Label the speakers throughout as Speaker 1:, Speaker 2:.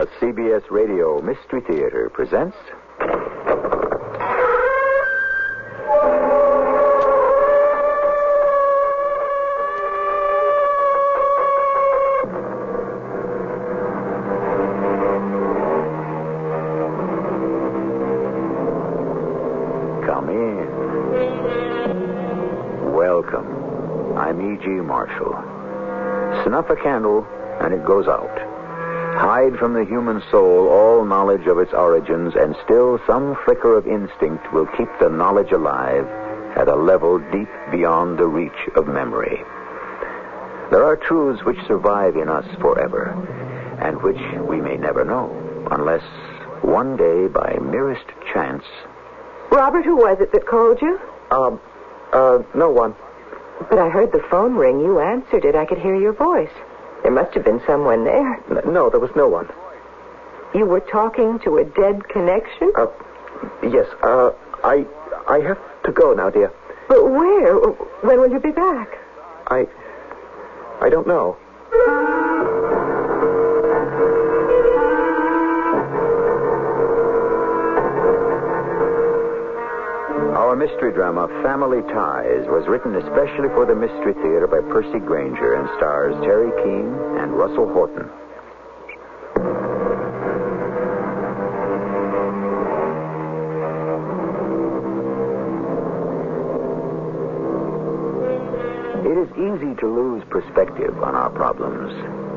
Speaker 1: A CBS Radio Mystery Theater presents. Come in. Welcome. I'm E.G. Marshall. Snuff a candle and it goes out. Hide from the human soul all knowledge of its origins, and still some flicker of instinct will keep the knowledge alive at a level deep beyond the reach of memory. There are truths which survive in us forever, and which we may never know, unless one day, by merest chance.
Speaker 2: Robert, who was it that called you?
Speaker 1: Um, uh, no one.
Speaker 2: But I heard the phone ring. You answered it. I could hear your voice. There must have been someone there.
Speaker 1: No, there was no one.
Speaker 2: You were talking to a dead connection?
Speaker 1: Uh, yes, uh, I, I have to go now, dear.
Speaker 2: But where? When will you be back?
Speaker 1: I, I don't know. Our mystery drama, Family Ties, was written especially for the Mystery Theater by Percy Granger and stars Terry Keane and Russell Horton. It is easy to lose perspective on our problems.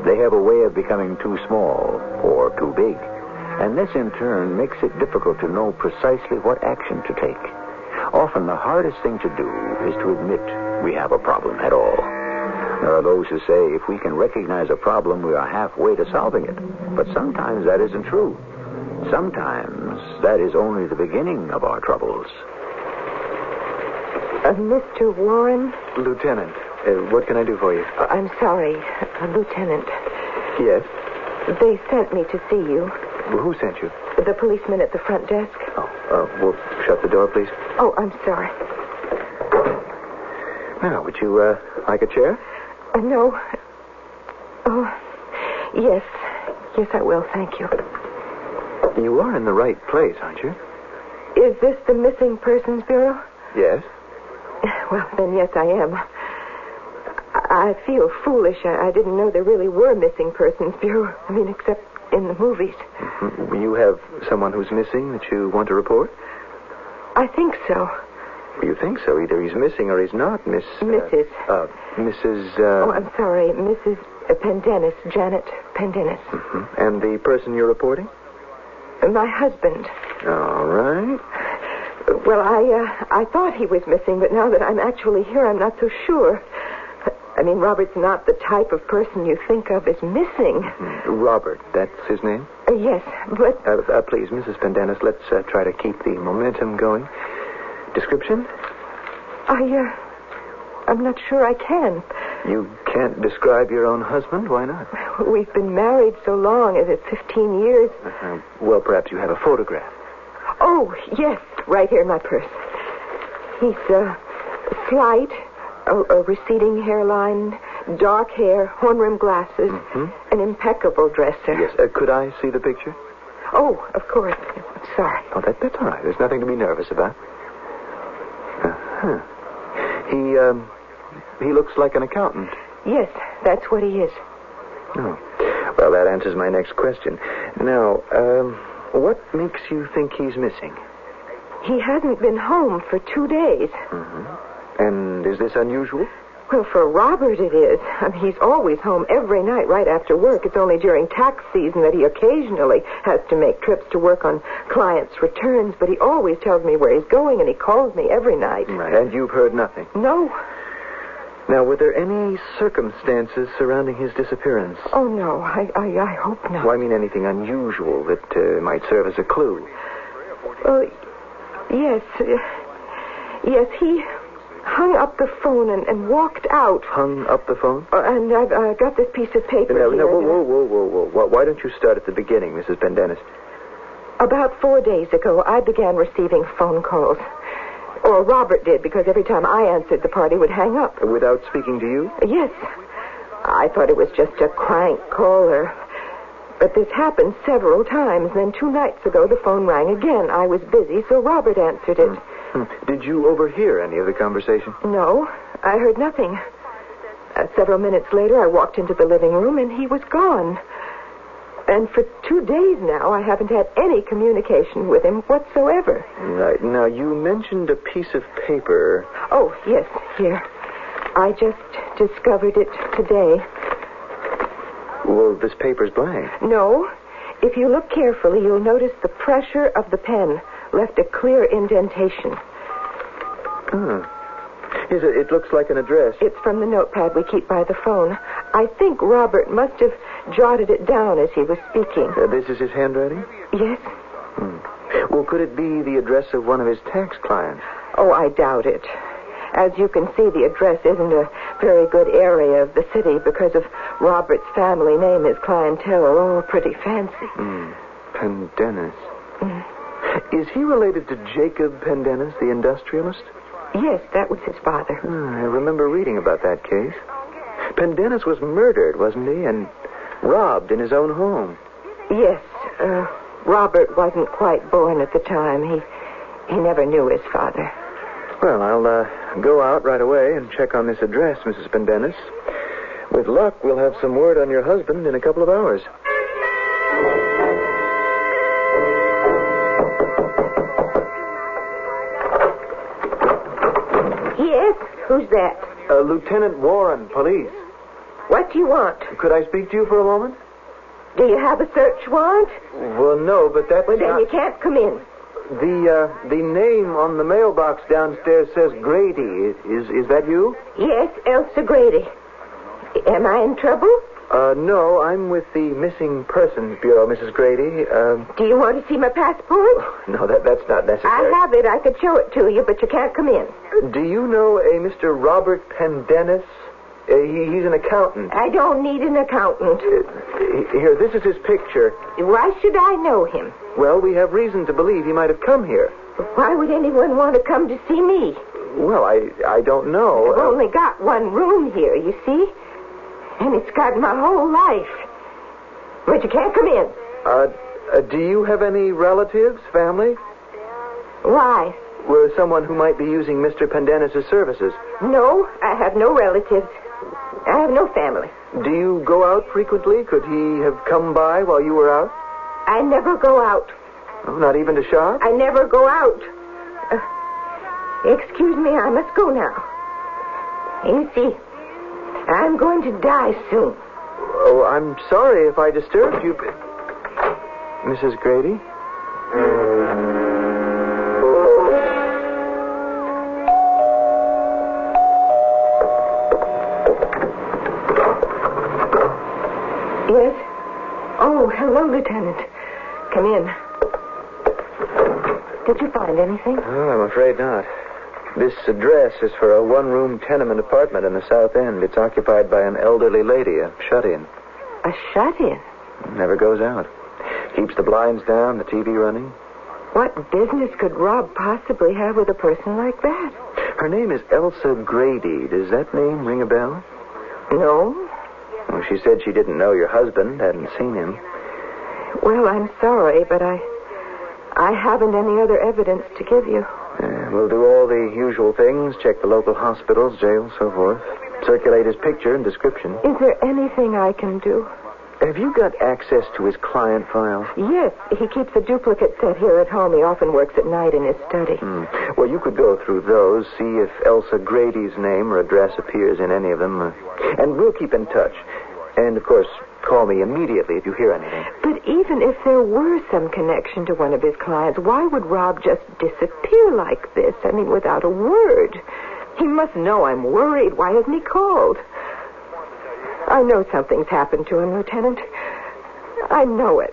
Speaker 1: They have a way of becoming too small or too big. And this, in turn, makes it difficult to know precisely what action to take. Often, the hardest thing to do is to admit we have a problem at all. There are those who say if we can recognize a problem, we are halfway to solving it. But sometimes that isn't true. Sometimes that is only the beginning of our troubles.
Speaker 2: Uh, Mr. Warren?
Speaker 1: Lieutenant, what can I do for you?
Speaker 2: Uh, I'm sorry, uh, Lieutenant.
Speaker 1: Yes.
Speaker 2: They sent me to see you.
Speaker 1: Who sent you?
Speaker 2: The policeman at the front desk.
Speaker 1: Oh, uh, well, shut the door, please.
Speaker 2: Oh, I'm sorry.
Speaker 1: Now, would you uh, like a chair?
Speaker 2: Uh, no. Oh, yes. Yes, I will. Thank you.
Speaker 1: You are in the right place, aren't you?
Speaker 2: Is this the Missing Persons Bureau?
Speaker 1: Yes.
Speaker 2: Well, then, yes, I am. I, I feel foolish. I, I didn't know there really were missing persons bureau. I mean, except in the movies.
Speaker 1: Mm, You have someone who's missing that you want to report?
Speaker 2: I think so.
Speaker 1: You think so? Either he's missing or he's not, Miss. uh,
Speaker 2: Mrs..
Speaker 1: Uh, Mrs.
Speaker 2: Oh,
Speaker 1: Uh,
Speaker 2: I'm sorry, Mrs. Pendennis, Janet Pendennis.
Speaker 1: mm, and the person you're reporting?
Speaker 2: My husband.
Speaker 1: All right.
Speaker 2: Well, I uh, I thought he was missing, but now that I'm actually here, I'm not so sure. I mean, Robert's not the type of person you think of as missing.
Speaker 1: Hmm. Robert, that's his name?
Speaker 2: Uh, yes, but
Speaker 1: Uh, uh, please, Mrs. Pendennis, let's uh, try to keep the momentum going. Description?
Speaker 2: I uh, I'm not sure I can.
Speaker 1: You can't describe your own husband. Why not?
Speaker 2: We've been married so long, is it 15 years?
Speaker 1: Uh, well, perhaps you have a photograph.
Speaker 2: Oh, yes, right here in my purse. He's, uh, slight, a, a receding hairline, dark hair, horn-rimmed glasses, an impeccable dresser.
Speaker 1: Yes. Uh, could I see the picture?
Speaker 2: Oh, of course. Sorry.
Speaker 1: Oh, that, that's all right. There's nothing to be nervous about. Uh-huh. He, um, he looks like an accountant.
Speaker 2: Yes, that's what he is.
Speaker 1: Oh. Well, that answers my next question. Now, um, what makes you think he's missing?
Speaker 2: He hadn't been home for two days.
Speaker 1: And is this unusual?
Speaker 2: Well, for Robert, it is. I mean, he's always home every night right after work. It's only during tax season that he occasionally has to make trips to work on clients' returns, but he always tells me where he's going, and he calls me every night.
Speaker 1: And you've heard nothing.
Speaker 2: No.
Speaker 1: Now, were there any circumstances surrounding his disappearance?
Speaker 2: Oh, no. I, I, I hope not.
Speaker 1: Well, I mean anything unusual that uh, might serve as a clue.
Speaker 2: Well, yes. uh, Yes, he hung up the phone and, and walked out.
Speaker 1: Hung up the phone?
Speaker 2: Uh, and I've uh, got this piece of paper
Speaker 1: No,
Speaker 2: here.
Speaker 1: no, whoa, whoa, whoa, whoa, whoa. Why- Why don't you start at the beginning, Mrs. Pendennis?
Speaker 2: About four days ago, I began receiving phone calls. Or Robert did, because every time I answered, the party would hang up.
Speaker 1: Without speaking to you?
Speaker 2: Yes. I thought it was just a crank caller. But this happened several times. Then two nights ago, the phone rang again. I was busy, so Robert answered it.
Speaker 1: Hmm. Did you overhear any of the conversation?
Speaker 2: No, I heard nothing. Uh, several minutes later, I walked into the living room, and he was gone. And for two days now, I haven't had any communication with him whatsoever.
Speaker 1: Right. Now, you mentioned a piece of paper.
Speaker 2: Oh, yes, here. I just discovered it today.
Speaker 1: Well, this paper's blank.
Speaker 2: No. If you look carefully, you'll notice the pressure of the pen left a clear indentation.
Speaker 1: Is it, it looks like an address.
Speaker 2: It's from the notepad we keep by the phone. I think Robert must have jotted it down as he was speaking.
Speaker 1: Uh, this is his handwriting?
Speaker 2: Yes?
Speaker 1: Well, could it be the address of one of his tax clients?
Speaker 2: Oh, I doubt it. As you can see, the address isn't a very good area of the city because of Robert's family name. His clientele are all pretty fancy.
Speaker 1: Pendennis. Is he related to Jacob Pendennis, the industrialist?
Speaker 2: Yes, that was his father.
Speaker 1: Hmm, I remember reading about that case. Pendennis was murdered, wasn't he? And robbed in his own home.
Speaker 2: Yes, uh, Robert wasn't quite born at the time. He he never knew his father.
Speaker 1: Well, I'll uh, go out right away and check on this address, Mrs. Pendennis. With luck, we'll have some word on your husband in a couple of hours.
Speaker 2: Yes, who's that?
Speaker 1: Uh, Lieutenant Warren, police.
Speaker 2: What do you want?
Speaker 1: Could I speak to you for a moment?
Speaker 2: Do you have a search warrant?
Speaker 1: Well, no, but that's
Speaker 2: Well, then
Speaker 1: not...
Speaker 2: you can't come in.
Speaker 1: The uh, the name on the mailbox downstairs says Grady. Is is that you?
Speaker 2: Yes, Elsa Grady. Am I in trouble?
Speaker 1: Uh, no, I'm with the Missing Persons Bureau, Mrs. Grady. Um,
Speaker 2: Do you want to see my passport?
Speaker 1: no, that that's not
Speaker 2: I
Speaker 1: necessary.
Speaker 2: have it. I could show it to you, but you can't come in.
Speaker 1: Do you know a Mr. Robert Pendennis? Uh, he, he's an accountant.
Speaker 2: I don't need an accountant.
Speaker 1: He- Here, this is his picture.
Speaker 2: Why should I know him?
Speaker 1: Well, we have reason to believe he might have come here.
Speaker 2: Why would anyone want to come to see me?
Speaker 1: Well, I I don't know.
Speaker 2: I've
Speaker 1: Uh,
Speaker 2: only got one room here, you see. And it's got my whole life. But you can't come in.
Speaker 1: uh, uh, do you have any relatives, family,
Speaker 2: Why?
Speaker 1: or someone who might be using Mr. Pendennis' services?
Speaker 2: No, I have no relatives. I have no family.
Speaker 1: Do you go out frequently? Could he have come by while you were out?
Speaker 2: I never go out.
Speaker 1: Oh, Not even to shop?
Speaker 2: I never go out. Uh, excuse me, I must go now. You see, I'm going to die soon.
Speaker 1: Oh, I'm sorry if I disturbed you. but- Mrs. Grady?
Speaker 2: Yes? Oh, hello, Lieutenant. Come in. Did you find anything?
Speaker 1: Well, I'm afraid not. This address is for a one room tenement apartment in the South End. It's occupied by an elderly lady, a shut in.
Speaker 2: A shut-in.
Speaker 1: Never goes out. Keeps the blinds down, the TV running.
Speaker 2: What business could Rob possibly have with a person like that?
Speaker 1: Her name is Elsa Grady. Does that name ring a bell?
Speaker 2: No.
Speaker 1: Well, she said she didn't know your husband, hadn't seen him.
Speaker 2: Well, I'm sorry, but I I haven't any other evidence to give you.
Speaker 1: Uh, we'll do all the usual things check the local hospitals, jails, so forth. Circulate his picture and description.
Speaker 2: Is there anything I can do?
Speaker 3: Have you got access to his client file?
Speaker 2: Yes, he keeps a duplicate set here at home. He often works at night in his study.
Speaker 3: Hmm. Well, you could go through those, see if Elsa Grady's name or address appears in any of them. uh, And we'll keep in touch. And, of course, call me immediately if you hear anything.
Speaker 2: But even if there were some connection to one of his clients, why would Rob just disappear like this? I mean, without a word. He must know I'm worried. Why hasn't he called? I know something's happened to him, Lieutenant. I know it.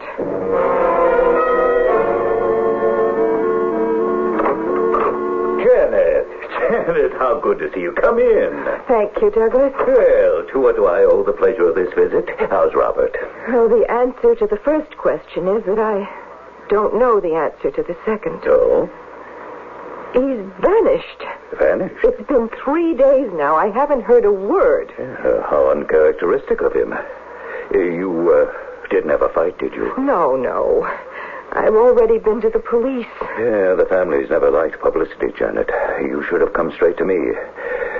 Speaker 1: Janet, Janet, how good to see you. Come in.
Speaker 2: Thank you, Douglas.
Speaker 1: Well, to what do I owe the pleasure of this visit? How's Robert?
Speaker 2: Well, the answer to the first question is that I don't know the answer to the second.
Speaker 1: So,
Speaker 2: He's vanished.
Speaker 1: vanished.
Speaker 2: It's been three days now. I haven't heard a word.
Speaker 1: Uh, how uncharacteristic of him. Uh, You uh, didn't have a fight, did you?
Speaker 2: No, no. I've already been to the police.
Speaker 1: Yeah, the family's never liked publicity, Janet. You should have come straight to me.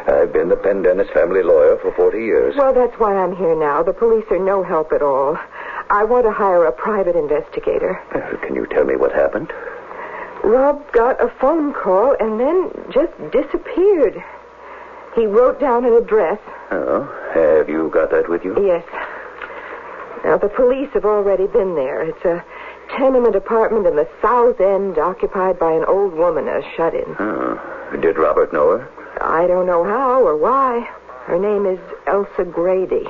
Speaker 1: I've been the Pendennis family lawyer for 40 years.
Speaker 2: Well, that's why I'm here now. The police are no help at all. I want to hire a private investigator.
Speaker 1: Uh, Can you tell me what happened?
Speaker 2: Rob got a phone call and then just disappeared. He wrote down an address.
Speaker 1: Oh, have you got that with you?
Speaker 2: Yes. Now, the police have already been there. It's a tenement apartment in the south end occupied by an old woman, a shut in.
Speaker 1: Oh. Did Robert know her?
Speaker 2: I don't know how or why. Her name is Elsa Grady.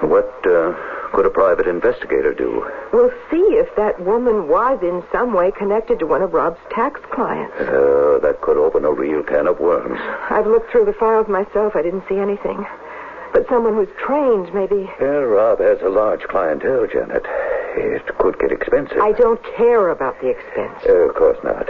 Speaker 1: What uh, could a private investigator do?
Speaker 2: We'll see if that woman was in some way connected to one of Rob's tax clients.
Speaker 1: Uh, that could open a real can of worms.
Speaker 2: I've looked through the files myself. I didn't see anything. But someone who's trained, maybe.
Speaker 1: Well, Rob has a large clientele, Janet. It could get expensive.
Speaker 2: I don't care about the expense.
Speaker 1: Uh, of course not.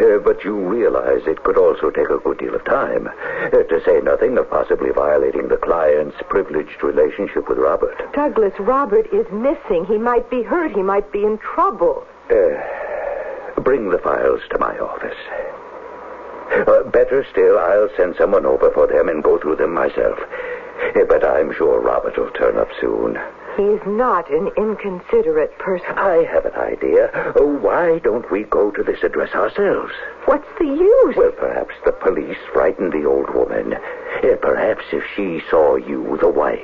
Speaker 1: Uh, but you realize it could also take a good deal of time, uh, to say nothing of possibly violating the client's privileged relationship with Robert.
Speaker 2: Douglas, Robert is missing. He might be hurt. He might be in trouble.
Speaker 1: Uh, bring the files to my office. Uh, better still, I'll send someone over for them and go through them myself. Uh, but I'm sure Robert will turn up soon.
Speaker 2: He's not an inconsiderate person.
Speaker 1: I have an idea. Uh, Why don't we go to this address ourselves?
Speaker 2: What's the use?
Speaker 1: Well, perhaps the police frightened the old woman. Uh, Perhaps if she saw you, the wife,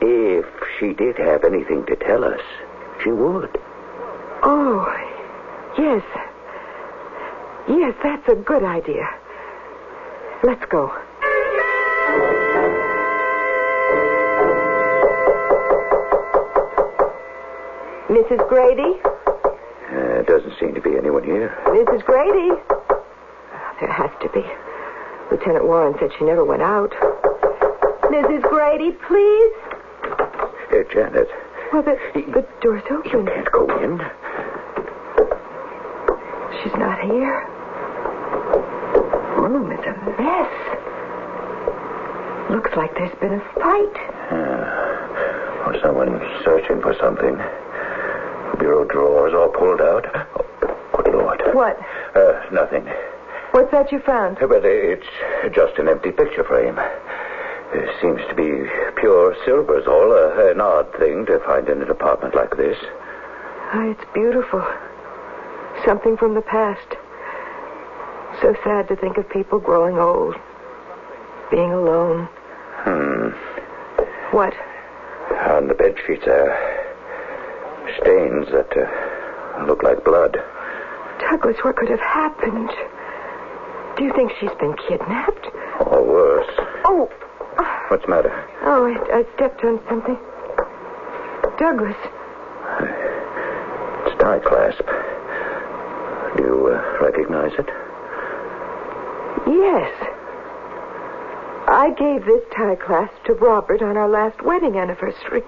Speaker 1: if she did have anything to tell us, she would.
Speaker 2: Oh, yes. Yes, that's a good idea. Let's go. Mrs. Grady?
Speaker 1: Uh, doesn't seem to be anyone here.
Speaker 2: Mrs. Grady? There has to be. Lieutenant Warren said she never went out. Mrs. Grady, please?
Speaker 1: Uh, Janet,
Speaker 2: Well, the, the door's
Speaker 1: you
Speaker 2: open.
Speaker 1: can't go in.
Speaker 2: She's not here. Room is a mess. Looks like there's been a fight.
Speaker 1: Or someone searching for something. Bureau drawers all pulled out. Oh, good Lord.
Speaker 2: What?
Speaker 1: Uh, nothing.
Speaker 2: What's that you found?
Speaker 1: But it's just an empty picture frame. It seems to be pure silver's all. Uh, an odd thing to find in an apartment like this.
Speaker 2: Why, Ah, it's beautiful. Something from the past. So sad to think of people growing old, being alone. Hmm. What?
Speaker 1: On the bed sheets there, stains that uh, look like blood.
Speaker 2: Douglas, what could have happened? Do you think she's been kidnapped?
Speaker 1: Or worse.
Speaker 2: Oh, ah.
Speaker 1: What's the matter?
Speaker 2: Oh, I, I stepped on something. Douglas,
Speaker 1: It's tie clasp. Do you uh, recognize it?
Speaker 2: yes. I gave this tie clasp to Robert on our last wedding anniversary.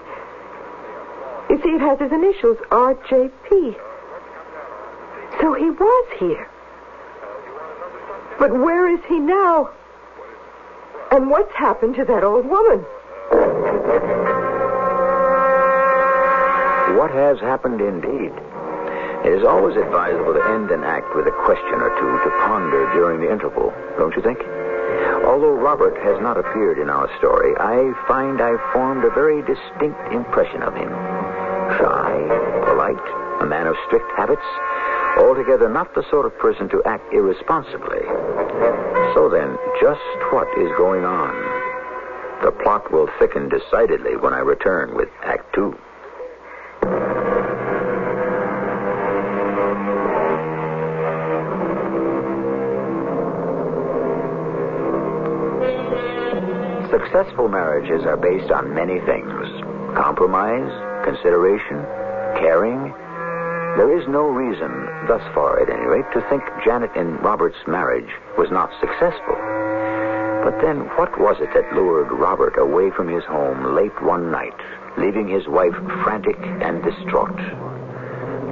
Speaker 2: You see, it has his initials, RJP. So he was here. But where is he now? And what's happened to that old woman?
Speaker 3: What has happened indeed? It is always advisable to end an act with a question or two to ponder during the interval, don't you think?
Speaker 4: Although Robert has not appeared in our story, I find I've formed a very distinct impression of him. Shy, polite, a man of strict habits, altogether not the sort of person to act irresponsibly. So then, just what is going on? The plot will thicken decidedly when I return with Act Two. Successful marriages are based on many things compromise, consideration, caring. There is no reason, thus far at any rate, to think Janet and Robert's marriage was not successful. But then, what was it that lured Robert away from his home late one night, leaving his wife frantic and distraught?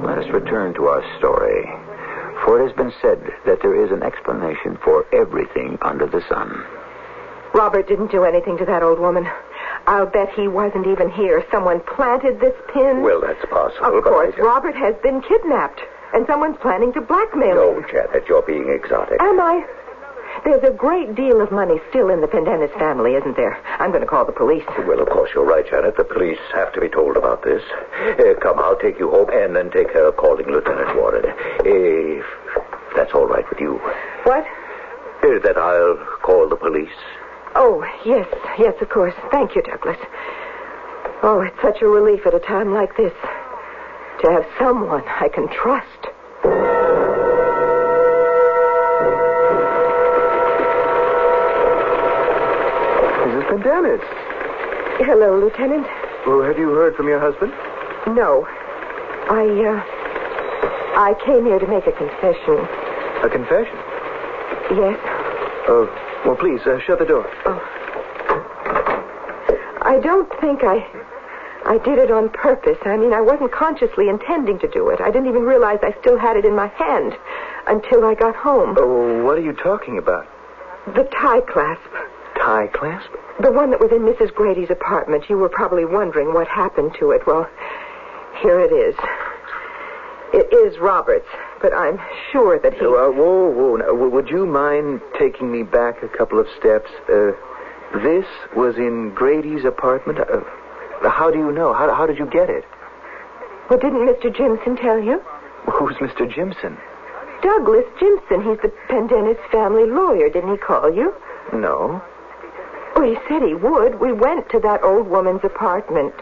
Speaker 4: Let us return to our story, for it has been said that there is an explanation for everything under the sun.
Speaker 2: Robert didn't do anything to that old woman. I'll bet he wasn't even here. Someone planted this pin.
Speaker 5: Well, that's possible.
Speaker 2: Of
Speaker 5: but I
Speaker 2: course,
Speaker 5: don't-
Speaker 2: Robert has been kidnapped, and someone's planning to blackmail him.
Speaker 5: No, Janet, you're being exotic.
Speaker 2: Am I? There's a great deal of money still in the Pendennis family, isn't there? I'm going to call the police.
Speaker 5: Well, of course, you're right, Janet. The police have to be told about this. Uh, come, I'll take you home and then take care of calling Lieutenant Warren. If that's all right with you,
Speaker 2: What?
Speaker 5: uh, that I'll call the police.
Speaker 2: Oh, yes, yes, of course. Thank you, Douglas. Oh, it's such a relief at a time like this to have someone I can trust.
Speaker 1: Mrs. Pendennis.
Speaker 2: Hello, Lieutenant.
Speaker 1: Well, have you heard from your husband?
Speaker 2: No, I, uh, I came here to make a confession.
Speaker 1: A confession.
Speaker 2: Yes,
Speaker 1: Oh, well, please, uh, shut the door.
Speaker 2: I don't think I, I did it on purpose. I mean, I wasn't consciously intending to do it. I didn't even realize I still had it in my hand until I got home.
Speaker 1: Oh, what are you talking about?
Speaker 2: The tie clasp,
Speaker 1: Tie clasp?
Speaker 2: the one that was in Mrs. Grady's apartment. You were probably wondering what happened to it. Well, here it is. It is Robert's, but I'm sure that he.
Speaker 1: Oh, uh, whoa, whoa. Now, w- would you mind taking me back a couple of steps? Uh, this was in Grady's apartment. Uh, how do you know? How, how did you get it?
Speaker 2: Well, didn't Mr. Jimson tell you?
Speaker 1: Who's Mr. Jimson?
Speaker 2: Douglas Jimson. He's the Pendennis family lawyer. Didn't he call you?
Speaker 1: No.
Speaker 2: Well, he said he would. We went to that old woman's apartment,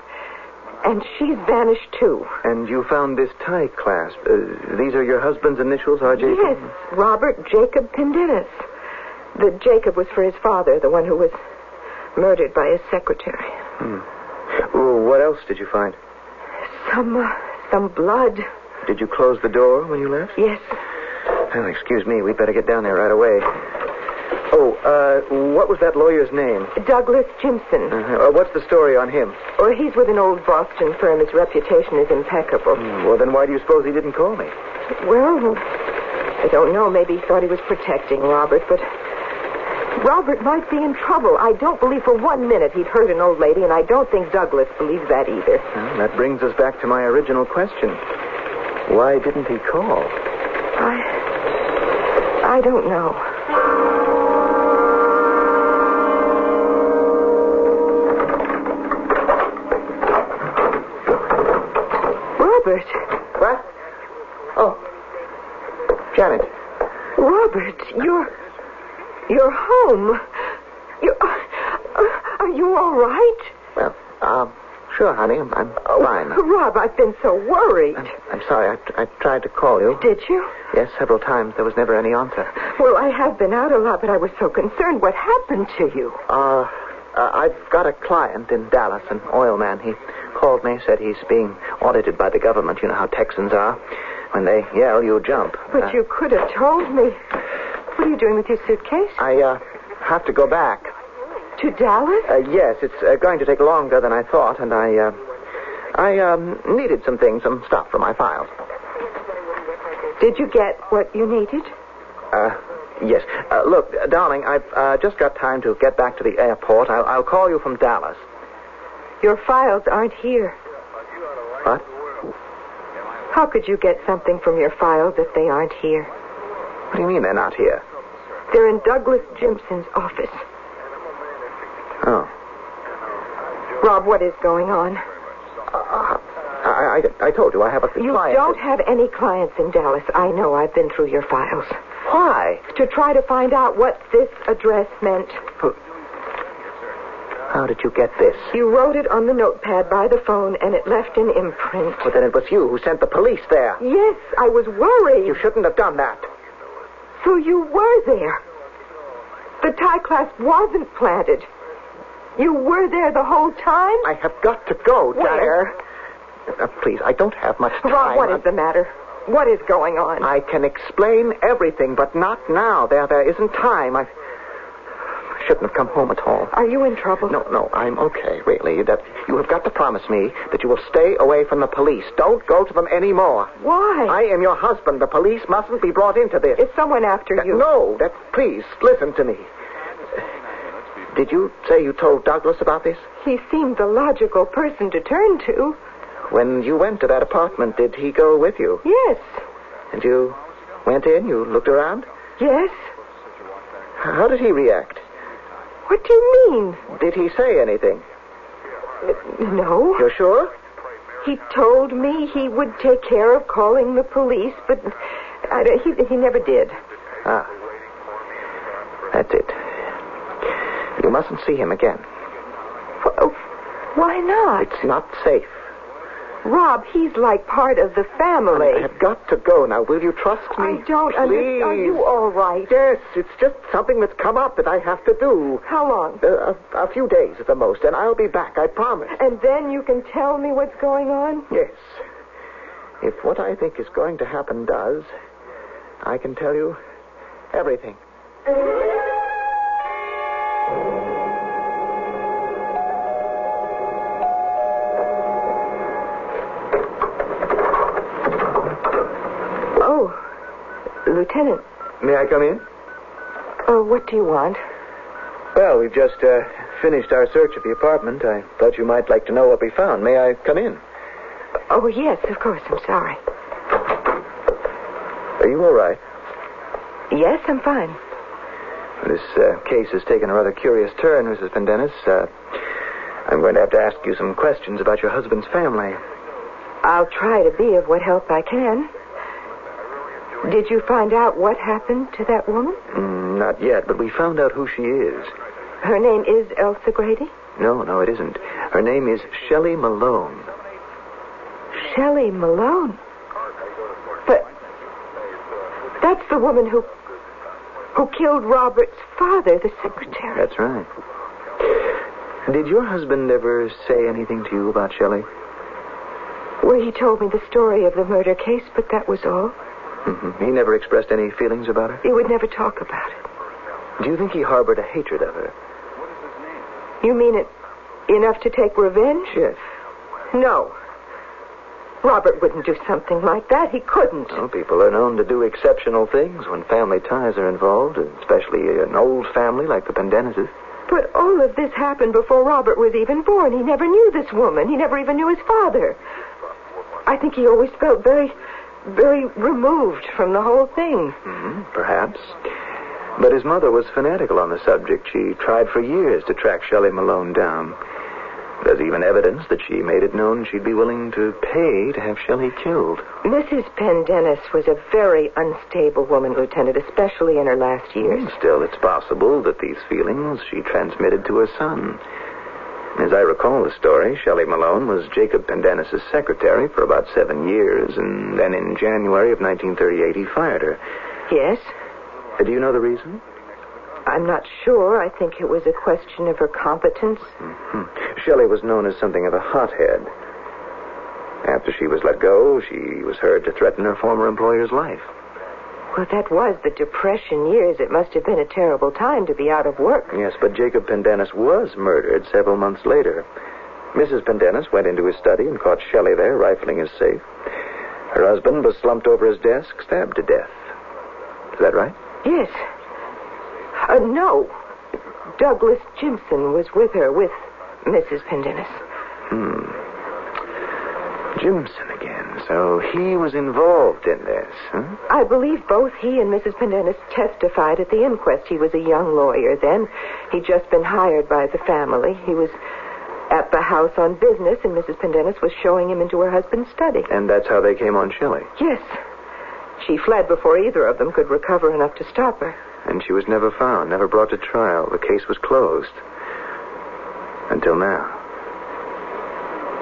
Speaker 2: and she's vanished too.
Speaker 1: And you found this tie clasp. Uh, these are your husband's initials, R.J.?
Speaker 2: Yes, Robert Jacob Pendennis. The Jacob was for his father, the one who was murdered by his secretary.
Speaker 1: Well, what else did you find?
Speaker 2: Some, uh, some blood.
Speaker 1: Did you close the door when you left?
Speaker 2: Yes.
Speaker 1: Well, excuse me. We'd better get down there right away. Oh, uh, what was that lawyer's name?
Speaker 2: Douglas Jimson.
Speaker 1: Uh, what's the story on him? Oh,
Speaker 2: Or he's with an old Boston firm. His reputation is impeccable.
Speaker 1: Well, then why do you suppose he didn't call me?
Speaker 2: Well, I don't know. Maybe he thought he was protecting Robert, but Robert might be in trouble. I don't believe for one minute he'd hurt an old lady, and I don't think Douglas believes that either.
Speaker 1: Well, that brings us back to my original question. Why didn't he call?
Speaker 2: I, I don't know. Robert,
Speaker 1: What? Oh, Janet.
Speaker 2: Robert, you're you're home. You uh, are you all right? Oh,
Speaker 1: Well, uh, sure, honey. I'm, I'm fine.
Speaker 2: Rob, I've been so worried.
Speaker 1: I'm, I'm sorry. I, I tried to call you.
Speaker 2: Did you?
Speaker 1: Yes, several times. There was never any answer.
Speaker 2: Well, I have been out a lot, but I was so concerned. What happened to you?
Speaker 1: Uh, uh, I've got a client in Dallas, an oil man. He called me, said he's being audited by the government. You know how Texans are. When they yell, you jump.
Speaker 2: But
Speaker 1: Uh,
Speaker 2: you could have told me. What are you doing with your suitcase?
Speaker 1: I, uh, have to go back.
Speaker 2: To Dallas?
Speaker 1: Uh, yes, it's uh, going to take longer than I thought, and I, uh, I, um, needed some things, some stuff for my files.
Speaker 2: Did you get what you needed?
Speaker 1: Uh, yes. Uh, look, uh, darling, I've uh, just got time to get back to the airport. I'll, I'll call you from Dallas.
Speaker 2: Your files aren't here.
Speaker 1: What?
Speaker 2: How could you get something from your files if they aren't here?
Speaker 1: What do you mean they're not here?
Speaker 2: They're in Douglas Jimson's office.
Speaker 1: Oh.
Speaker 2: Rob, what is going on?
Speaker 6: I, I, I told you I have a
Speaker 2: You
Speaker 6: client.
Speaker 2: don't have any clients in Dallas. I know. I've been through your files
Speaker 6: Why?
Speaker 2: to try to find out what this address meant.
Speaker 6: How did you get this?
Speaker 2: You wrote it on the notepad by the phone, and it left an imprint.
Speaker 6: But then it was you who sent the police there.
Speaker 2: Yes, I was worried.
Speaker 6: You shouldn't have done that.
Speaker 2: So you were there. The tie clasp wasn't planted. You were there the whole time?
Speaker 6: I have got to go, Diane.
Speaker 2: Where?
Speaker 6: Uh, please, I don't have much time.
Speaker 2: Rob, what is the matter? What is going on?
Speaker 6: I can explain everything, but not now. There, there isn't time. I shouldn't have come home at all.
Speaker 2: Are you in trouble?
Speaker 6: No, no, I'm okay, really. That you have got to promise me that you will stay away from the police. Don't go to them anymore.
Speaker 2: Why?
Speaker 6: I am your husband. The police mustn't be brought into this.
Speaker 2: Is someone after
Speaker 6: That-
Speaker 2: you?
Speaker 6: Uh, No, that please listen to me. Did you say you told Douglas about this?
Speaker 2: He seemed the logical person to turn to.
Speaker 6: When you went to that apartment, did he go with you?
Speaker 2: Yes.
Speaker 6: And you went in, you looked around?
Speaker 2: Yes?
Speaker 6: How did he react?
Speaker 2: What do you
Speaker 6: Did he say anything?
Speaker 2: mean? No.
Speaker 6: You're sure?
Speaker 2: He told me he would take care of calling the police, but I, don't- he, he never did.
Speaker 6: Ah. That's it. You mustn't see him again.
Speaker 2: Wh- oh, Why not?
Speaker 6: It's not safe.
Speaker 2: Rob, he's like part of the
Speaker 6: I
Speaker 2: family.
Speaker 6: have got to go now. Will you trust me?
Speaker 2: I don't
Speaker 6: Uh, Please.
Speaker 2: understand. Are you all right?
Speaker 6: Yes, it's just something that's come up that I have to do.
Speaker 2: How long?
Speaker 6: Uh, a, a few days at the most, and I'll be back, I promise.
Speaker 2: And then you can tell me what's going on?
Speaker 6: Yes. If what I think is going to happen does, I can tell you everything.
Speaker 2: Oh, Lieutenant,
Speaker 1: May I come in?
Speaker 2: uh, what do you want?
Speaker 1: Well, we've just uh, finished our search of the apartment. I thought you might like to know what we found. May I come in?
Speaker 2: Oh, yes, of course. I'm sorry.
Speaker 1: Are you all right?
Speaker 2: Yes, I'm fine.
Speaker 1: This uh, case has taken a rather curious turn, Mrs. Pendennis. Uh, I'm going to have to ask you some questions about your husband's family.
Speaker 2: I'll try to be of what help I can. Did you find out what happened to that woman?
Speaker 1: Mm, not yet, but we found out who she is.
Speaker 2: Her name is Elsa Grady?
Speaker 1: No, no, it isn't. Her name is Shelley Malone.
Speaker 2: Shelley Malone. But that's the woman who who killed Robert's father, the secretary.
Speaker 1: That's right. Did your husband ever say anything to you about Shelley?
Speaker 2: Well, he told me the story of the murder case, but that was all.
Speaker 1: hmm He never expressed any feelings about her?
Speaker 2: He would never talk about it.
Speaker 1: Do you think he harbored a hatred of her?
Speaker 2: You mean it enough to take revenge?
Speaker 1: Yes.
Speaker 2: No. Robert wouldn't do something like that. He couldn't.
Speaker 1: Well, people are known to do exceptional things when family ties are involved, and especially an old family like the Pendennises.
Speaker 2: But all of this happened before Robert was even born. He never knew this woman. He never even knew his father. I think he always felt very, very removed from the whole thing.
Speaker 1: Mm, perhaps. But his mother was fanatical on the subject. She tried for years to track Shelley Malone down. There's even evidence that she made it known she'd be willing to pay to have Shelley killed.
Speaker 2: Mrs. Pendennis was a very unstable woman, Lieutenant, especially in her last years.
Speaker 1: Hmm, Still, it's possible that these feelings she transmitted to her son. As I recall the story, Shelley Malone was Jacob Pendennis' secretary for about seven years, and then in January of 1938 he fired her.
Speaker 2: Yes?
Speaker 1: Uh, Do you know the reason?
Speaker 2: I'm not sure. I think it was a question of her competence.
Speaker 1: Hmm. Shelley was known as something of a hothead. After she was let go, she was heard to threaten her former employer's life.
Speaker 2: Well, that was the Depression years. It must have been a terrible time to be out of work.
Speaker 1: Yes, but Jacob Pendennis was murdered several months later. Mrs. Pendennis went into his study and caught Shelley there rifling his safe. Her husband was slumped over his desk, stabbed to death. Is that right?
Speaker 2: Yes. Uh, no. Douglas Jimson was with her, with Mrs. Pendennis.
Speaker 1: Jimson again. So he was involved in this, huh?
Speaker 2: I believe both he and Mrs. Pendennis testified at the inquest. He was a young lawyer then. He'd just been hired by the family. He was at the house on business, and Mrs. Pendennis was showing him into her husband's study.
Speaker 1: And that's how they came on Shelley.
Speaker 2: Yes. She fled before either of them could recover enough to stop her.
Speaker 1: And she was never found, never brought to trial. The case was closed. Until now.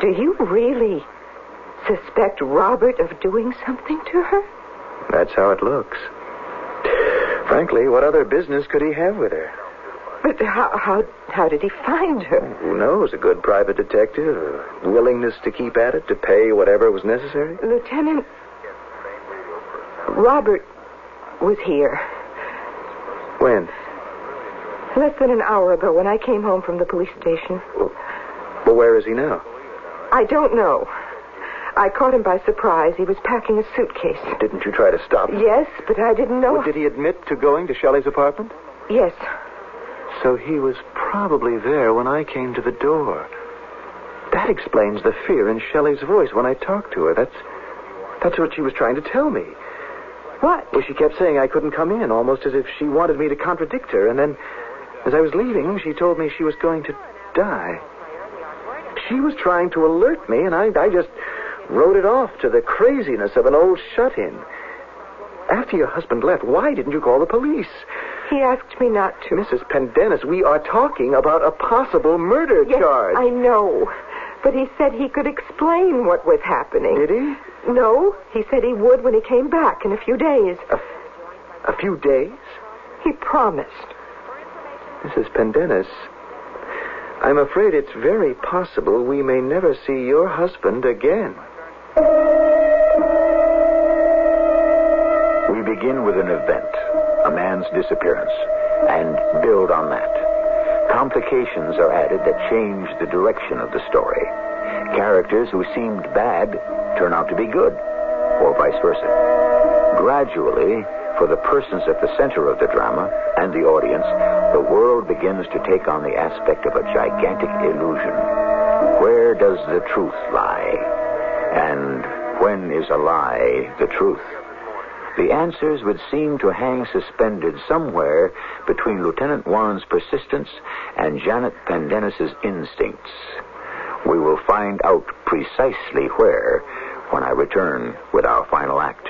Speaker 2: Do you really suspect Robert of doing something to her?
Speaker 1: That's how it looks. Frankly, what other business could he have with her?
Speaker 2: But how, how, how did he find her?
Speaker 1: Who knows? A good private detective, a willingness to keep at it, to pay whatever was necessary.
Speaker 2: Lieutenant, Robert was here
Speaker 1: When?
Speaker 2: less than an hour ago when I came home from the police station.
Speaker 1: Well, where is he now?
Speaker 2: I don't know. I caught him by surprise. He was packing a suitcase.
Speaker 1: Didn't you try to stop him?
Speaker 2: Yes, but I didn't know.
Speaker 1: Well, did he admit to going to Shelley's apartment?
Speaker 2: Yes.
Speaker 1: So he was probably there when I came to the door. That explains the fear in Shelley's voice when I talked to her. That's that's what she was trying to tell me.
Speaker 2: What?
Speaker 1: Well, she kept saying I couldn't come in, almost as if she wanted me to contradict her. And then, as I was leaving, she told me she was going to die. She was trying to alert me, and I, I just wrote it off to the craziness of an old shut in. After your husband left, why didn't you call the police?
Speaker 2: He asked me not to.
Speaker 1: Mrs. Pendennis, we are talking about a possible murder
Speaker 2: Yes,
Speaker 1: charge.
Speaker 2: I know. But he said he could explain what was happening.
Speaker 1: Did he?
Speaker 2: No, he said he would when he came back in a few days.
Speaker 1: Uh. A few days?
Speaker 2: He promised.
Speaker 1: Mrs. Pendennis, I'm afraid it's very possible we may never see your husband again.
Speaker 7: We begin with an event, a man's disappearance, and build on that. Complications are added that change the direction of the story. Characters who seemed bad turn out to be good, or vice versa. Gradually, for the persons at the center of the drama and the audience, the world begins to take on the aspect of a gigantic illusion. Where does the truth lie? And when is a lie the truth? The answers would seem to hang suspended somewhere between Lieutenant Warren's persistence and Janet Pendennis's instincts. We will find out precisely where when I return with our final act.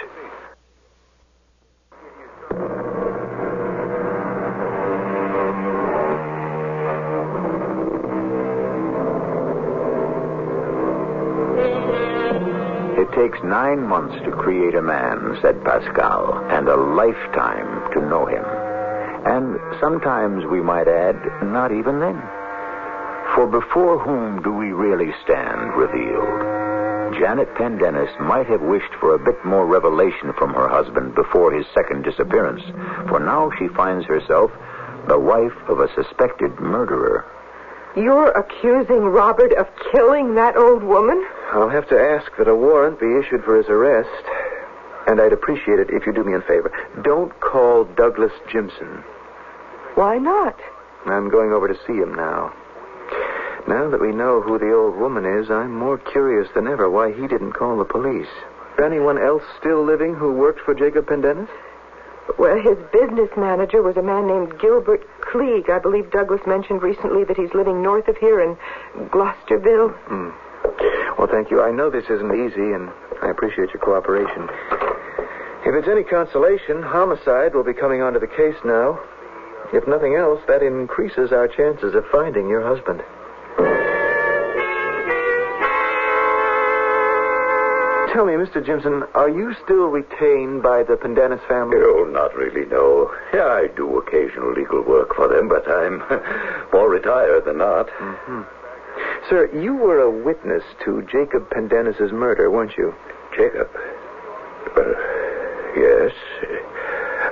Speaker 7: It takes nine months to create a man, said Pascal, and a lifetime to know him. And sometimes, we might add, not even then. For before whom do we really stand revealed? Janet Pendennis might have wished for a bit more revelation from her husband before his second disappearance, for now she finds herself the wife of a suspected murderer.
Speaker 2: You're accusing Robert of killing that old woman?
Speaker 1: I'll have to ask that a warrant be issued for his arrest. And I'd appreciate it if you do me a favor. Don't call Douglas Jimson.
Speaker 2: Why not?
Speaker 1: I'm going over to see him now. Now that we know who the old woman is, I'm more curious than ever why he didn't call the police. Anyone else still living who worked for Jacob Pendennis?
Speaker 2: Well, his business manager was a man named Gilbert Klieg. I believe Douglas mentioned recently that he's living north of here in Gloucesterville.
Speaker 1: Well, thank you. I know this isn't easy, and I appreciate your cooperation. If it's any consolation, homicide will be coming onto the case now. If nothing else, that increases our chances of finding your husband. Tell me, Mr. Jimson, are you still retained by the Pendennis family?
Speaker 8: Oh, not really, no. Yeah, I do occasional legal work for them, but I'm more retired than not.
Speaker 1: Hmm. Sir, you were a witness to Jacob Pendennis's murder, weren't you?
Speaker 8: Jacob? Well, yes.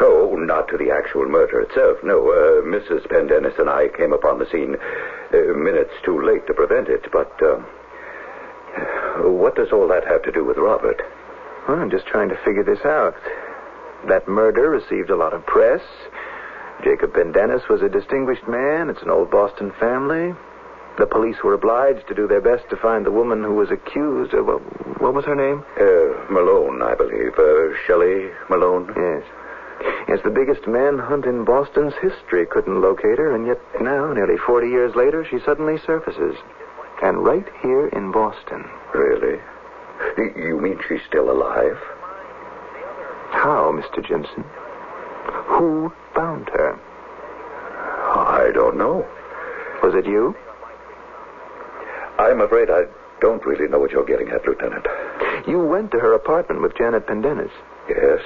Speaker 8: Oh, not to the actual murder itself. No, uh, Mrs. Pendennis and I came upon the scene uh, minutes too late to prevent it, but um, what does all that have to do with Robert?
Speaker 1: Well, I'm just trying to figure this out. That murder received a lot of press. Jacob Pendennis was a distinguished man. It's an old Boston family.
Speaker 9: The police were obliged to do their best to find the woman who was accused of. uh, What was her name?
Speaker 1: Uh, Malone, I believe. Uh, Shelley Malone?
Speaker 9: Yes. Yes, the biggest manhunt in Boston's history couldn't locate her, and yet now, nearly 40 years later, she suddenly surfaces. And right here in Boston.
Speaker 1: Really? Y- You mean she's still alive?
Speaker 9: How, Mr. Jimson? Who found her?
Speaker 1: I don't know.
Speaker 9: Was it you?
Speaker 1: I'm afraid I don't really know what you're getting at, Lieutenant.
Speaker 9: You went to her apartment with Janet Pendennis.
Speaker 1: Yes,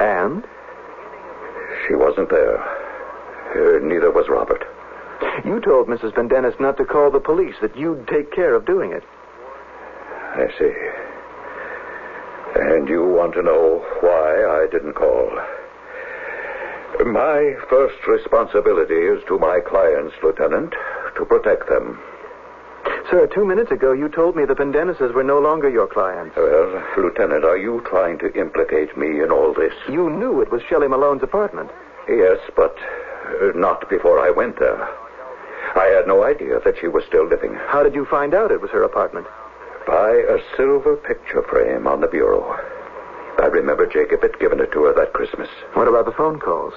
Speaker 9: And?
Speaker 1: she wasn't there. Uh, neither was Robert.
Speaker 9: You told Mrs. Pendennis not to call the police, that you'd take care of doing it.
Speaker 1: I see. And you want to know why I didn't call. My first responsibility is to my clients, Lieutenant, to protect them.
Speaker 9: Sir, two minutes ago you told me the Pendennises were no longer your clients.
Speaker 1: Well, Lieutenant, are you trying to implicate me in all this?
Speaker 9: You knew it was Shelley Malone's apartment.
Speaker 1: Yes, but uh, not before I went there. I had no idea that she was still living.
Speaker 9: How did you find out it was her apartment?
Speaker 1: By a silver picture frame on the bureau. I remember Jacob had given it to her that Christmas.
Speaker 9: What about the phone calls?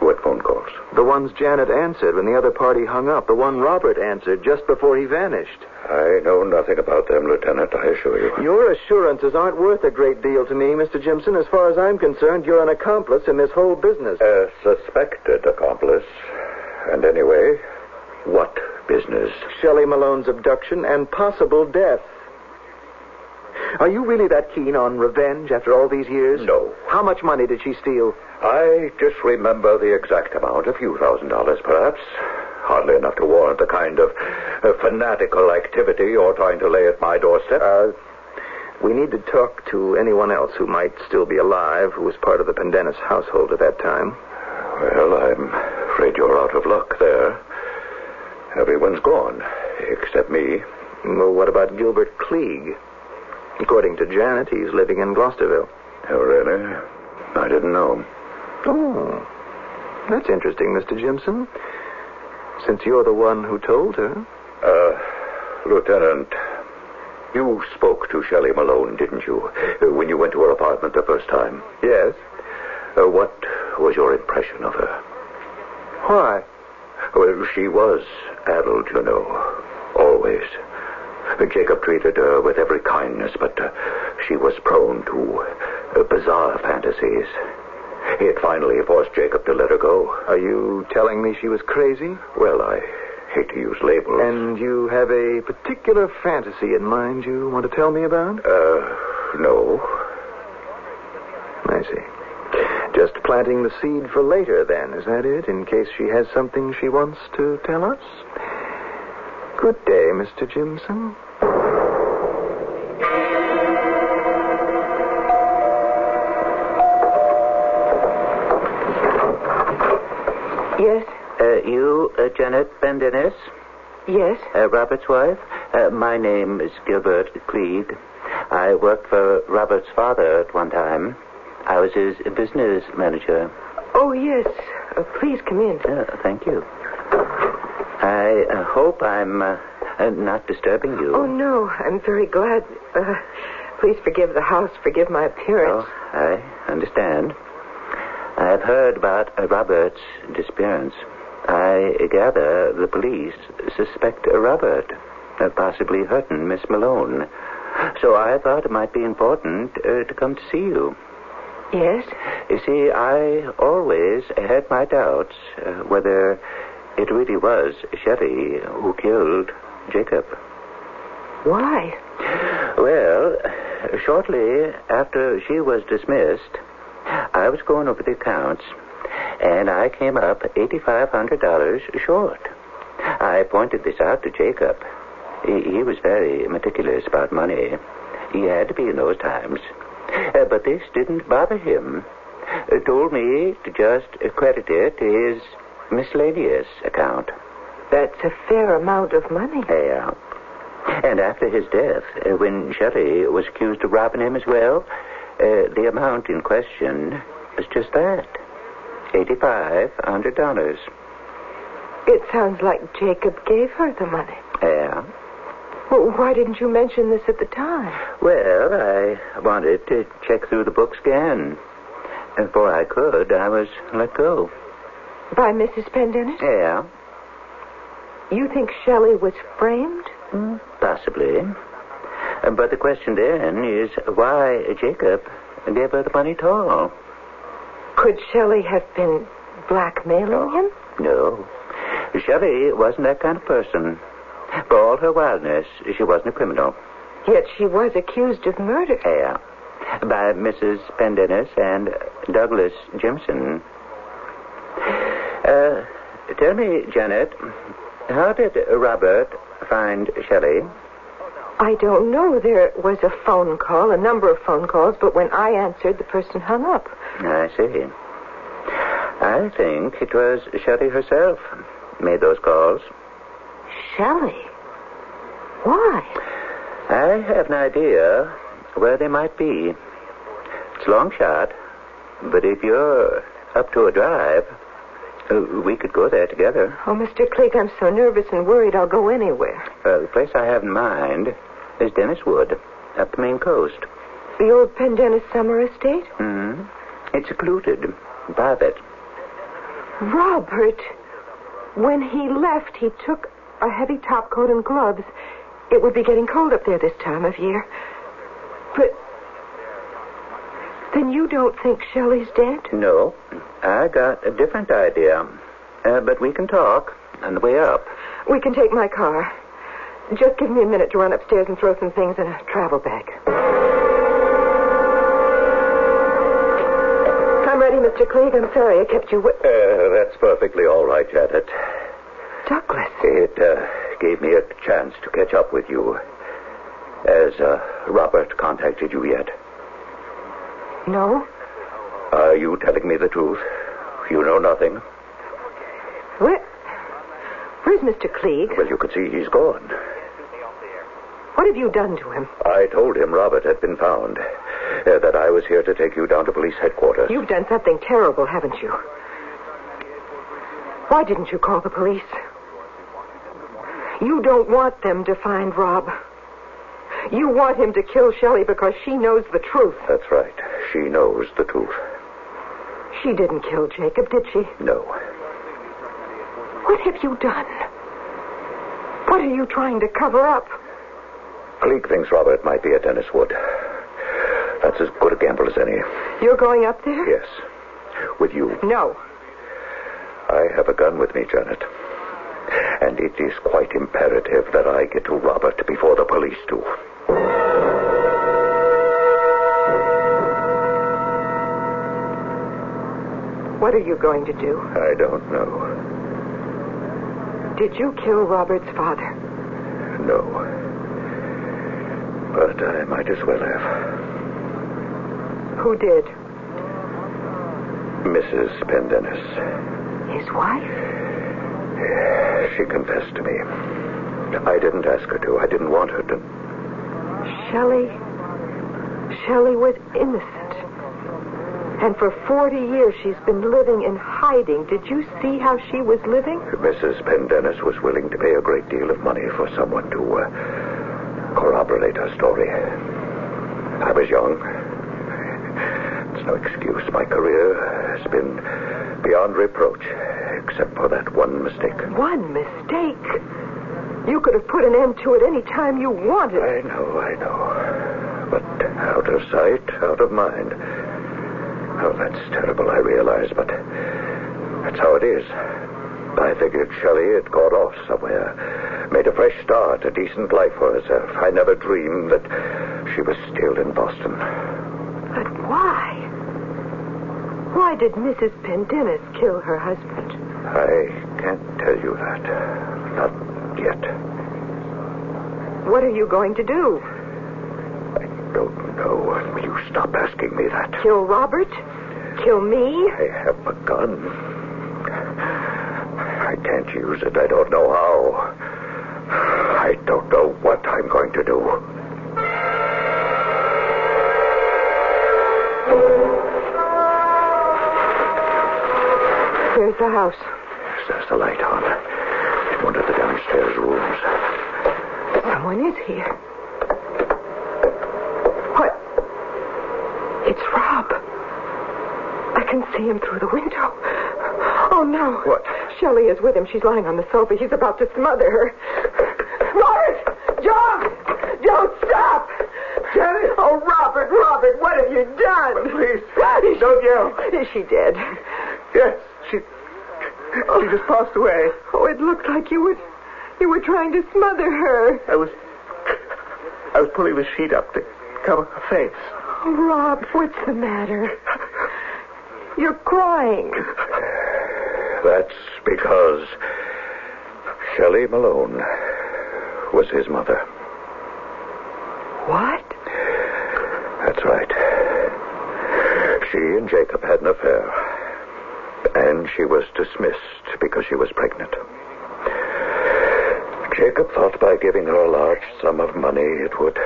Speaker 1: What phone calls?
Speaker 9: The ones Janet answered when the other party hung up. The one Robert answered just before he vanished.
Speaker 1: I know nothing about them, Lieutenant, I assure you.
Speaker 9: Your assurances aren't worth a great deal to me, Mr. Jimson. As far as I'm concerned, you're an accomplice in this whole business.
Speaker 1: A suspected accomplice. And anyway, what business?
Speaker 9: Shelley Malone's abduction and possible death. Are you really that keen on revenge after all these years?
Speaker 1: No.
Speaker 9: How much money did she steal?
Speaker 1: I just remember the exact amount, a few thousand dollars, perhaps. Hardly enough to warrant the kind of uh, fanatical activity you're trying to lay at my doorstep.
Speaker 9: Uh, we need to talk to anyone else who might still be alive who was part of the Pendennis household at that time.
Speaker 1: Well, I'm afraid you're out of luck there. Everyone's gone, except me.
Speaker 9: Well, what about Gilbert Klieg? According to Janet, he's living in Gloucesterville.
Speaker 1: Oh, really? I didn't know.
Speaker 9: Oh, that's interesting, Mr. Jimson. Since you're the one who told her.
Speaker 1: Uh, Lieutenant, you spoke to Shelley Malone, didn't you, uh, when you went to her apartment the first time?
Speaker 9: Yes.
Speaker 1: Uh, what was your impression of her?
Speaker 9: Why?
Speaker 1: Well, she was addled, you know, always. Uh, Jacob treated her with every kindness, but uh, she was prone to uh, bizarre fantasies. It finally forced Jacob to let her go.
Speaker 9: Are you telling me she was crazy?
Speaker 1: Well, I hate to use labels.
Speaker 9: And you have a particular fantasy in mind you want to tell me about?
Speaker 1: uh, no.
Speaker 9: I see. Just planting the seed for later, then, is that it? In case she has something she wants to tell us? Good day, Mr. Jimson.
Speaker 2: Yes,
Speaker 10: Uh, you, uh, Janet Bendenis,
Speaker 2: yes.
Speaker 10: uh, Robert's wife? Uh, my name is Gilbert Klieg. I worked for Robert's father at one time. I was his business manager.
Speaker 2: Oh, yes. Uh, please come in.
Speaker 10: Uh, thank you. I uh, hope I'm uh, uh, not disturbing you.
Speaker 2: Oh, no. I'm very glad. Uh, please forgive the house. Forgive my appearance.
Speaker 10: Oh, I understand. I've heard about uh, Robert's disappearance. I gather the police suspect Robert of possibly hurting Miss Malone. So I thought it might be important uh, to come to see you.
Speaker 2: Yes?
Speaker 10: You see, I always had my doubts uh, whether it really was Sherry who killed Jacob.
Speaker 2: Why?
Speaker 10: Well, shortly after she was dismissed, I was going over the accounts, and I came up $8,500 short. I pointed this out to Jacob. He, he was very meticulous about money. He had to be in those times. Uh, but this didn't bother him. He told me to just credit it to his miscellaneous account.
Speaker 2: That's a fair amount of money.
Speaker 10: Yeah. And after his death, uh, when Sherry was accused of robbing him as well, uh, the amount in question was just that $8,500.
Speaker 2: It sounds like Jacob gave her the money.
Speaker 10: Yeah.
Speaker 2: Well, why didn't you mention this at the time?
Speaker 10: Well, I wanted to check through the books again. And Before I could, I was let go.
Speaker 2: By Mrs. Pendennis?
Speaker 10: Yeah,
Speaker 2: You think Shelley was framed?
Speaker 1: Mm.
Speaker 10: possibly. Uh, But the question then is why Jacob gave her the money at all?
Speaker 2: Could Shelley have been blackmailing him?
Speaker 10: No. Shelley wasn't that kind of person. For all her wildness, she wasn't a criminal.
Speaker 2: Yet she was accused of murder.
Speaker 10: Yeah. By Mrs. Pendennis and Douglas Jimson. Uh, tell me, Janet, how did Robert find Shelley?
Speaker 2: I don't know. There was a phone call, a number of phone calls, but when I answered, the person hung up.
Speaker 10: I see. I think it was Shelley herself made those calls.
Speaker 2: Shelley? Why?
Speaker 10: I have an idea where they might be. It's a long shot, but if you're up to a drive, uh, we could go there together.
Speaker 2: Oh, Mr. Cleek, I'm so nervous and worried I'll go anywhere.
Speaker 10: Uh, the place I have in mind is Dennis Wood, up the main coast.
Speaker 2: The old Pendennis Summer estate?
Speaker 10: hmm It's secluded, private.
Speaker 2: Robert, when he left, he took a heavy top coat and gloves. It would be getting cold up there this time of year. But then you don't think Shelley's dead?
Speaker 10: No, I got a different idea, uh, but we can talk on the way up.
Speaker 2: We can take my car. Just give me a minute to run upstairs and throw some things in a travel bag. I'm ready, Mr. Cleeg. I'm sorry I kept you wait.
Speaker 1: Uh, that's perfectly all right, Janet.
Speaker 2: Douglas.
Speaker 1: It uh, gave me a chance to catch up with you. Has uh, Robert contacted you yet?
Speaker 2: No?
Speaker 1: Are you telling me the truth? You know nothing?
Speaker 2: Where? Where's Mr. Cleeg?
Speaker 1: Well, you can see he's gone.
Speaker 2: What have you done to him?
Speaker 1: I told him Robert had been found, uh, that I was here to take you down to police headquarters.
Speaker 2: You've done something terrible, haven't you? Why didn't you call the police? You don't want them to find Rob. You want him to kill Shelley because she knows the truth.
Speaker 1: That's right. She knows the truth.
Speaker 2: She didn't kill Jacob, did she?
Speaker 1: No.
Speaker 2: What have you done? What are you trying to cover up?
Speaker 1: Cleek thinks Robert might be at Dennis Wood. That's as good a gamble as any.
Speaker 2: You're going up there?
Speaker 1: Yes. With you.
Speaker 2: No.
Speaker 1: I have a gun with me, Janet. And it is quite imperative that I get to Robert before the police do.
Speaker 2: What are you going to do?
Speaker 1: I don't know.
Speaker 2: Did you kill Robert's father?
Speaker 1: No. But I might as well have.
Speaker 2: Who did?
Speaker 1: Mrs. Pendennis.
Speaker 2: His wife?
Speaker 1: She confessed to me. I didn't ask her to. I didn't want her to.
Speaker 2: Shelley. Shelley was innocent. And for 40 years she's been living in hiding. Did you see how she was living?
Speaker 1: Mrs. Pendennis was willing to pay a great deal of money for someone to uh, corroborate her story. I was young. It's no excuse. My career has been beyond reproach, except for that one mistake.
Speaker 2: One mistake. You could have put an end to it any time you wanted.
Speaker 1: I know, I know. But out of sight, out of mind. Oh, that's terrible, I realize, but that's how it is. I figured Shelley had got off somewhere, made a fresh start, a decent life for herself. I never dreamed that she was still in Boston.
Speaker 2: But why? Why did Mrs. Pendennis kill her husband?
Speaker 1: I can't tell you that. Not yet.
Speaker 2: What are you going to do?
Speaker 1: I don't know. Will you stop asking me that?
Speaker 2: Kill Robert? Kill me?
Speaker 1: I have a gun. I can't use it. I don't know how. I don't know what I'm going to do.
Speaker 2: There's the house.
Speaker 1: There's the light on. One of the downstairs rooms.
Speaker 2: Someone is here. What? It's Rob. I can see him through the window. Oh, no.
Speaker 1: What?
Speaker 2: Shelley is with him. She's lying on the sofa. He's about to smother her. Morris! John! Don't stop! Shelley! Oh, Robert, Robert, what have you done?
Speaker 1: Please, don't yell.
Speaker 2: Is she dead?
Speaker 1: Yes, she. She just passed away.
Speaker 2: Oh, it looked like you were, you were trying to smother her.
Speaker 1: I was. I was pulling the sheet up to cover her face.
Speaker 2: Oh, Rob, what's the matter? You're crying.
Speaker 1: That's because Shelley Malone was his mother.
Speaker 2: What?
Speaker 1: That's right. She and Jacob had an affair, and she was dismissed because she was pregnant. Jacob thought by giving her a large sum of money it would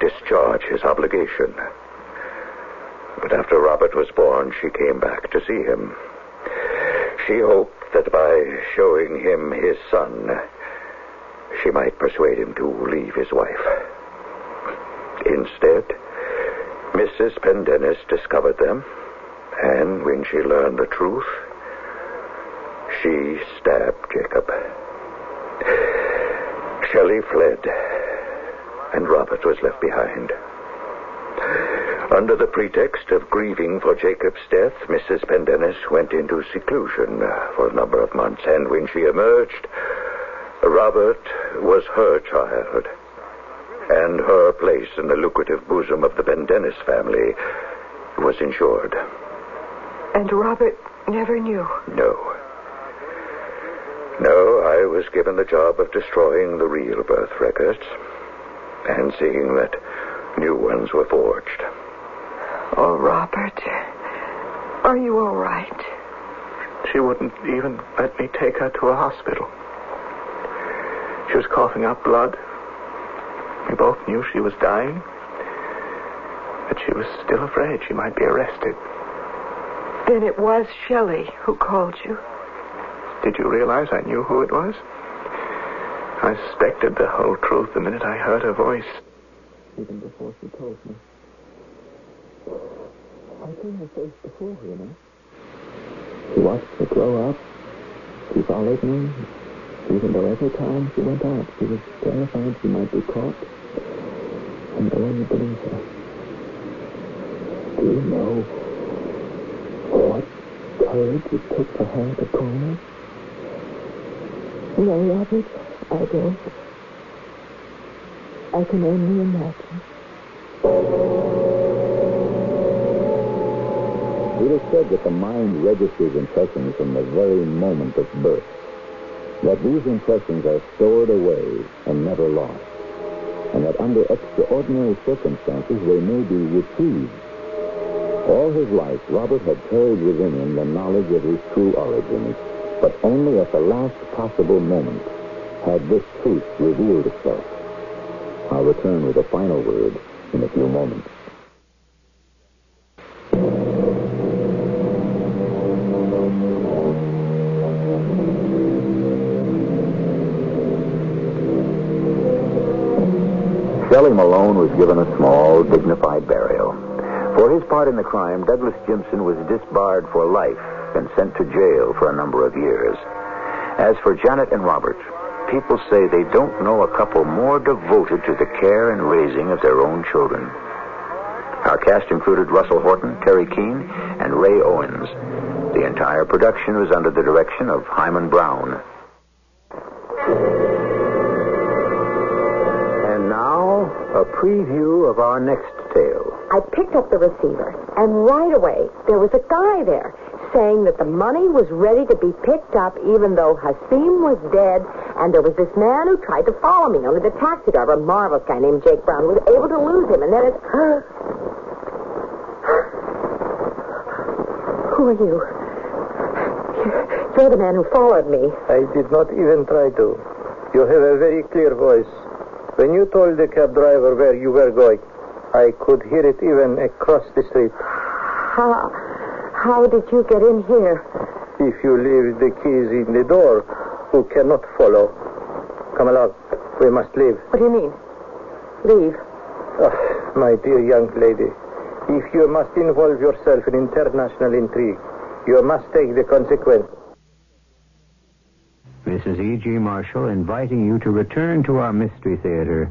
Speaker 1: discharge his obligation. But after Robert was born, she came back to see him. She hoped that by showing him his son, she might persuade him to leave his wife. Instead, Mrs. Pendennis discovered them, and when she learned the truth, she stabbed Jacob. Shelley fled, and Robert was left behind. Under the pretext of grieving for Jacob's death, Mrs. Pendennis went into seclusion for a number of months, and when she emerged, Robert was her child. And her place in the lucrative bosom of the Pendennis family was insured.
Speaker 2: And Robert never knew.
Speaker 1: No. No, I was given the job of destroying the real birth records and seeing that new ones were forged.
Speaker 2: Oh, Robert, are you all right?
Speaker 9: She wouldn't even let me take her to a hospital. She was coughing up blood. We both knew she was dying. But she was still afraid she might be arrested.
Speaker 2: Then it was Shelley who called you.
Speaker 9: Did you realize I knew who it was? I suspected the whole truth the minute I heard her voice. Even before she told me. I seen her face before, you know. She watched her grow up. She followed me. Even though every time she went out, she was terrified she might be caught. And no one would believe her. Do you know what courage it took for her to call me?
Speaker 11: No, Robert, I don't. I can only imagine.
Speaker 12: It is said that the mind registers impressions from the very moment of birth. That these impressions are stored away and never lost. And that under extraordinary circumstances they may be retrieved. All his life, Robert had carried within him the knowledge of his true origin, but only at the last possible moment had this truth revealed itself. I'll return with a final word in a few moments.
Speaker 13: Shelley Malone was given a small, dignified burial. For his part in the crime, Douglas Jimson was disbarred for life and sent to jail for a number of years. As for Janet and Robert, people say they don't know a couple more devoted to the care and raising of their own children. Our cast included Russell Horton, Terry Keane, and Ray Owens. The entire production was under the direction of Hyman Brown. And now, a preview of our next tale.
Speaker 14: I picked up the receiver, and right away there was a guy there saying that the money was ready to be picked up even though Hasim was dead, and there was this man who tried to follow me, only the taxi driver, a marvelous guy named Jake Brown, was able to lose him, and then it... Who are you? You're the man who followed me.
Speaker 15: I did not even try to. You have a very clear voice. When you told the cab driver where you were going, I could hear it even across the street.
Speaker 14: How, how did you get in here?
Speaker 15: If you leave the keys in the door, who cannot follow. Come along. We must leave.
Speaker 14: What do you mean? Leave?
Speaker 15: Ah, my dear young lady, if you must involve yourself in international intrigue, you must take the consequences.
Speaker 16: Mrs. E.G. Marshall inviting you to return to our Mystery Theater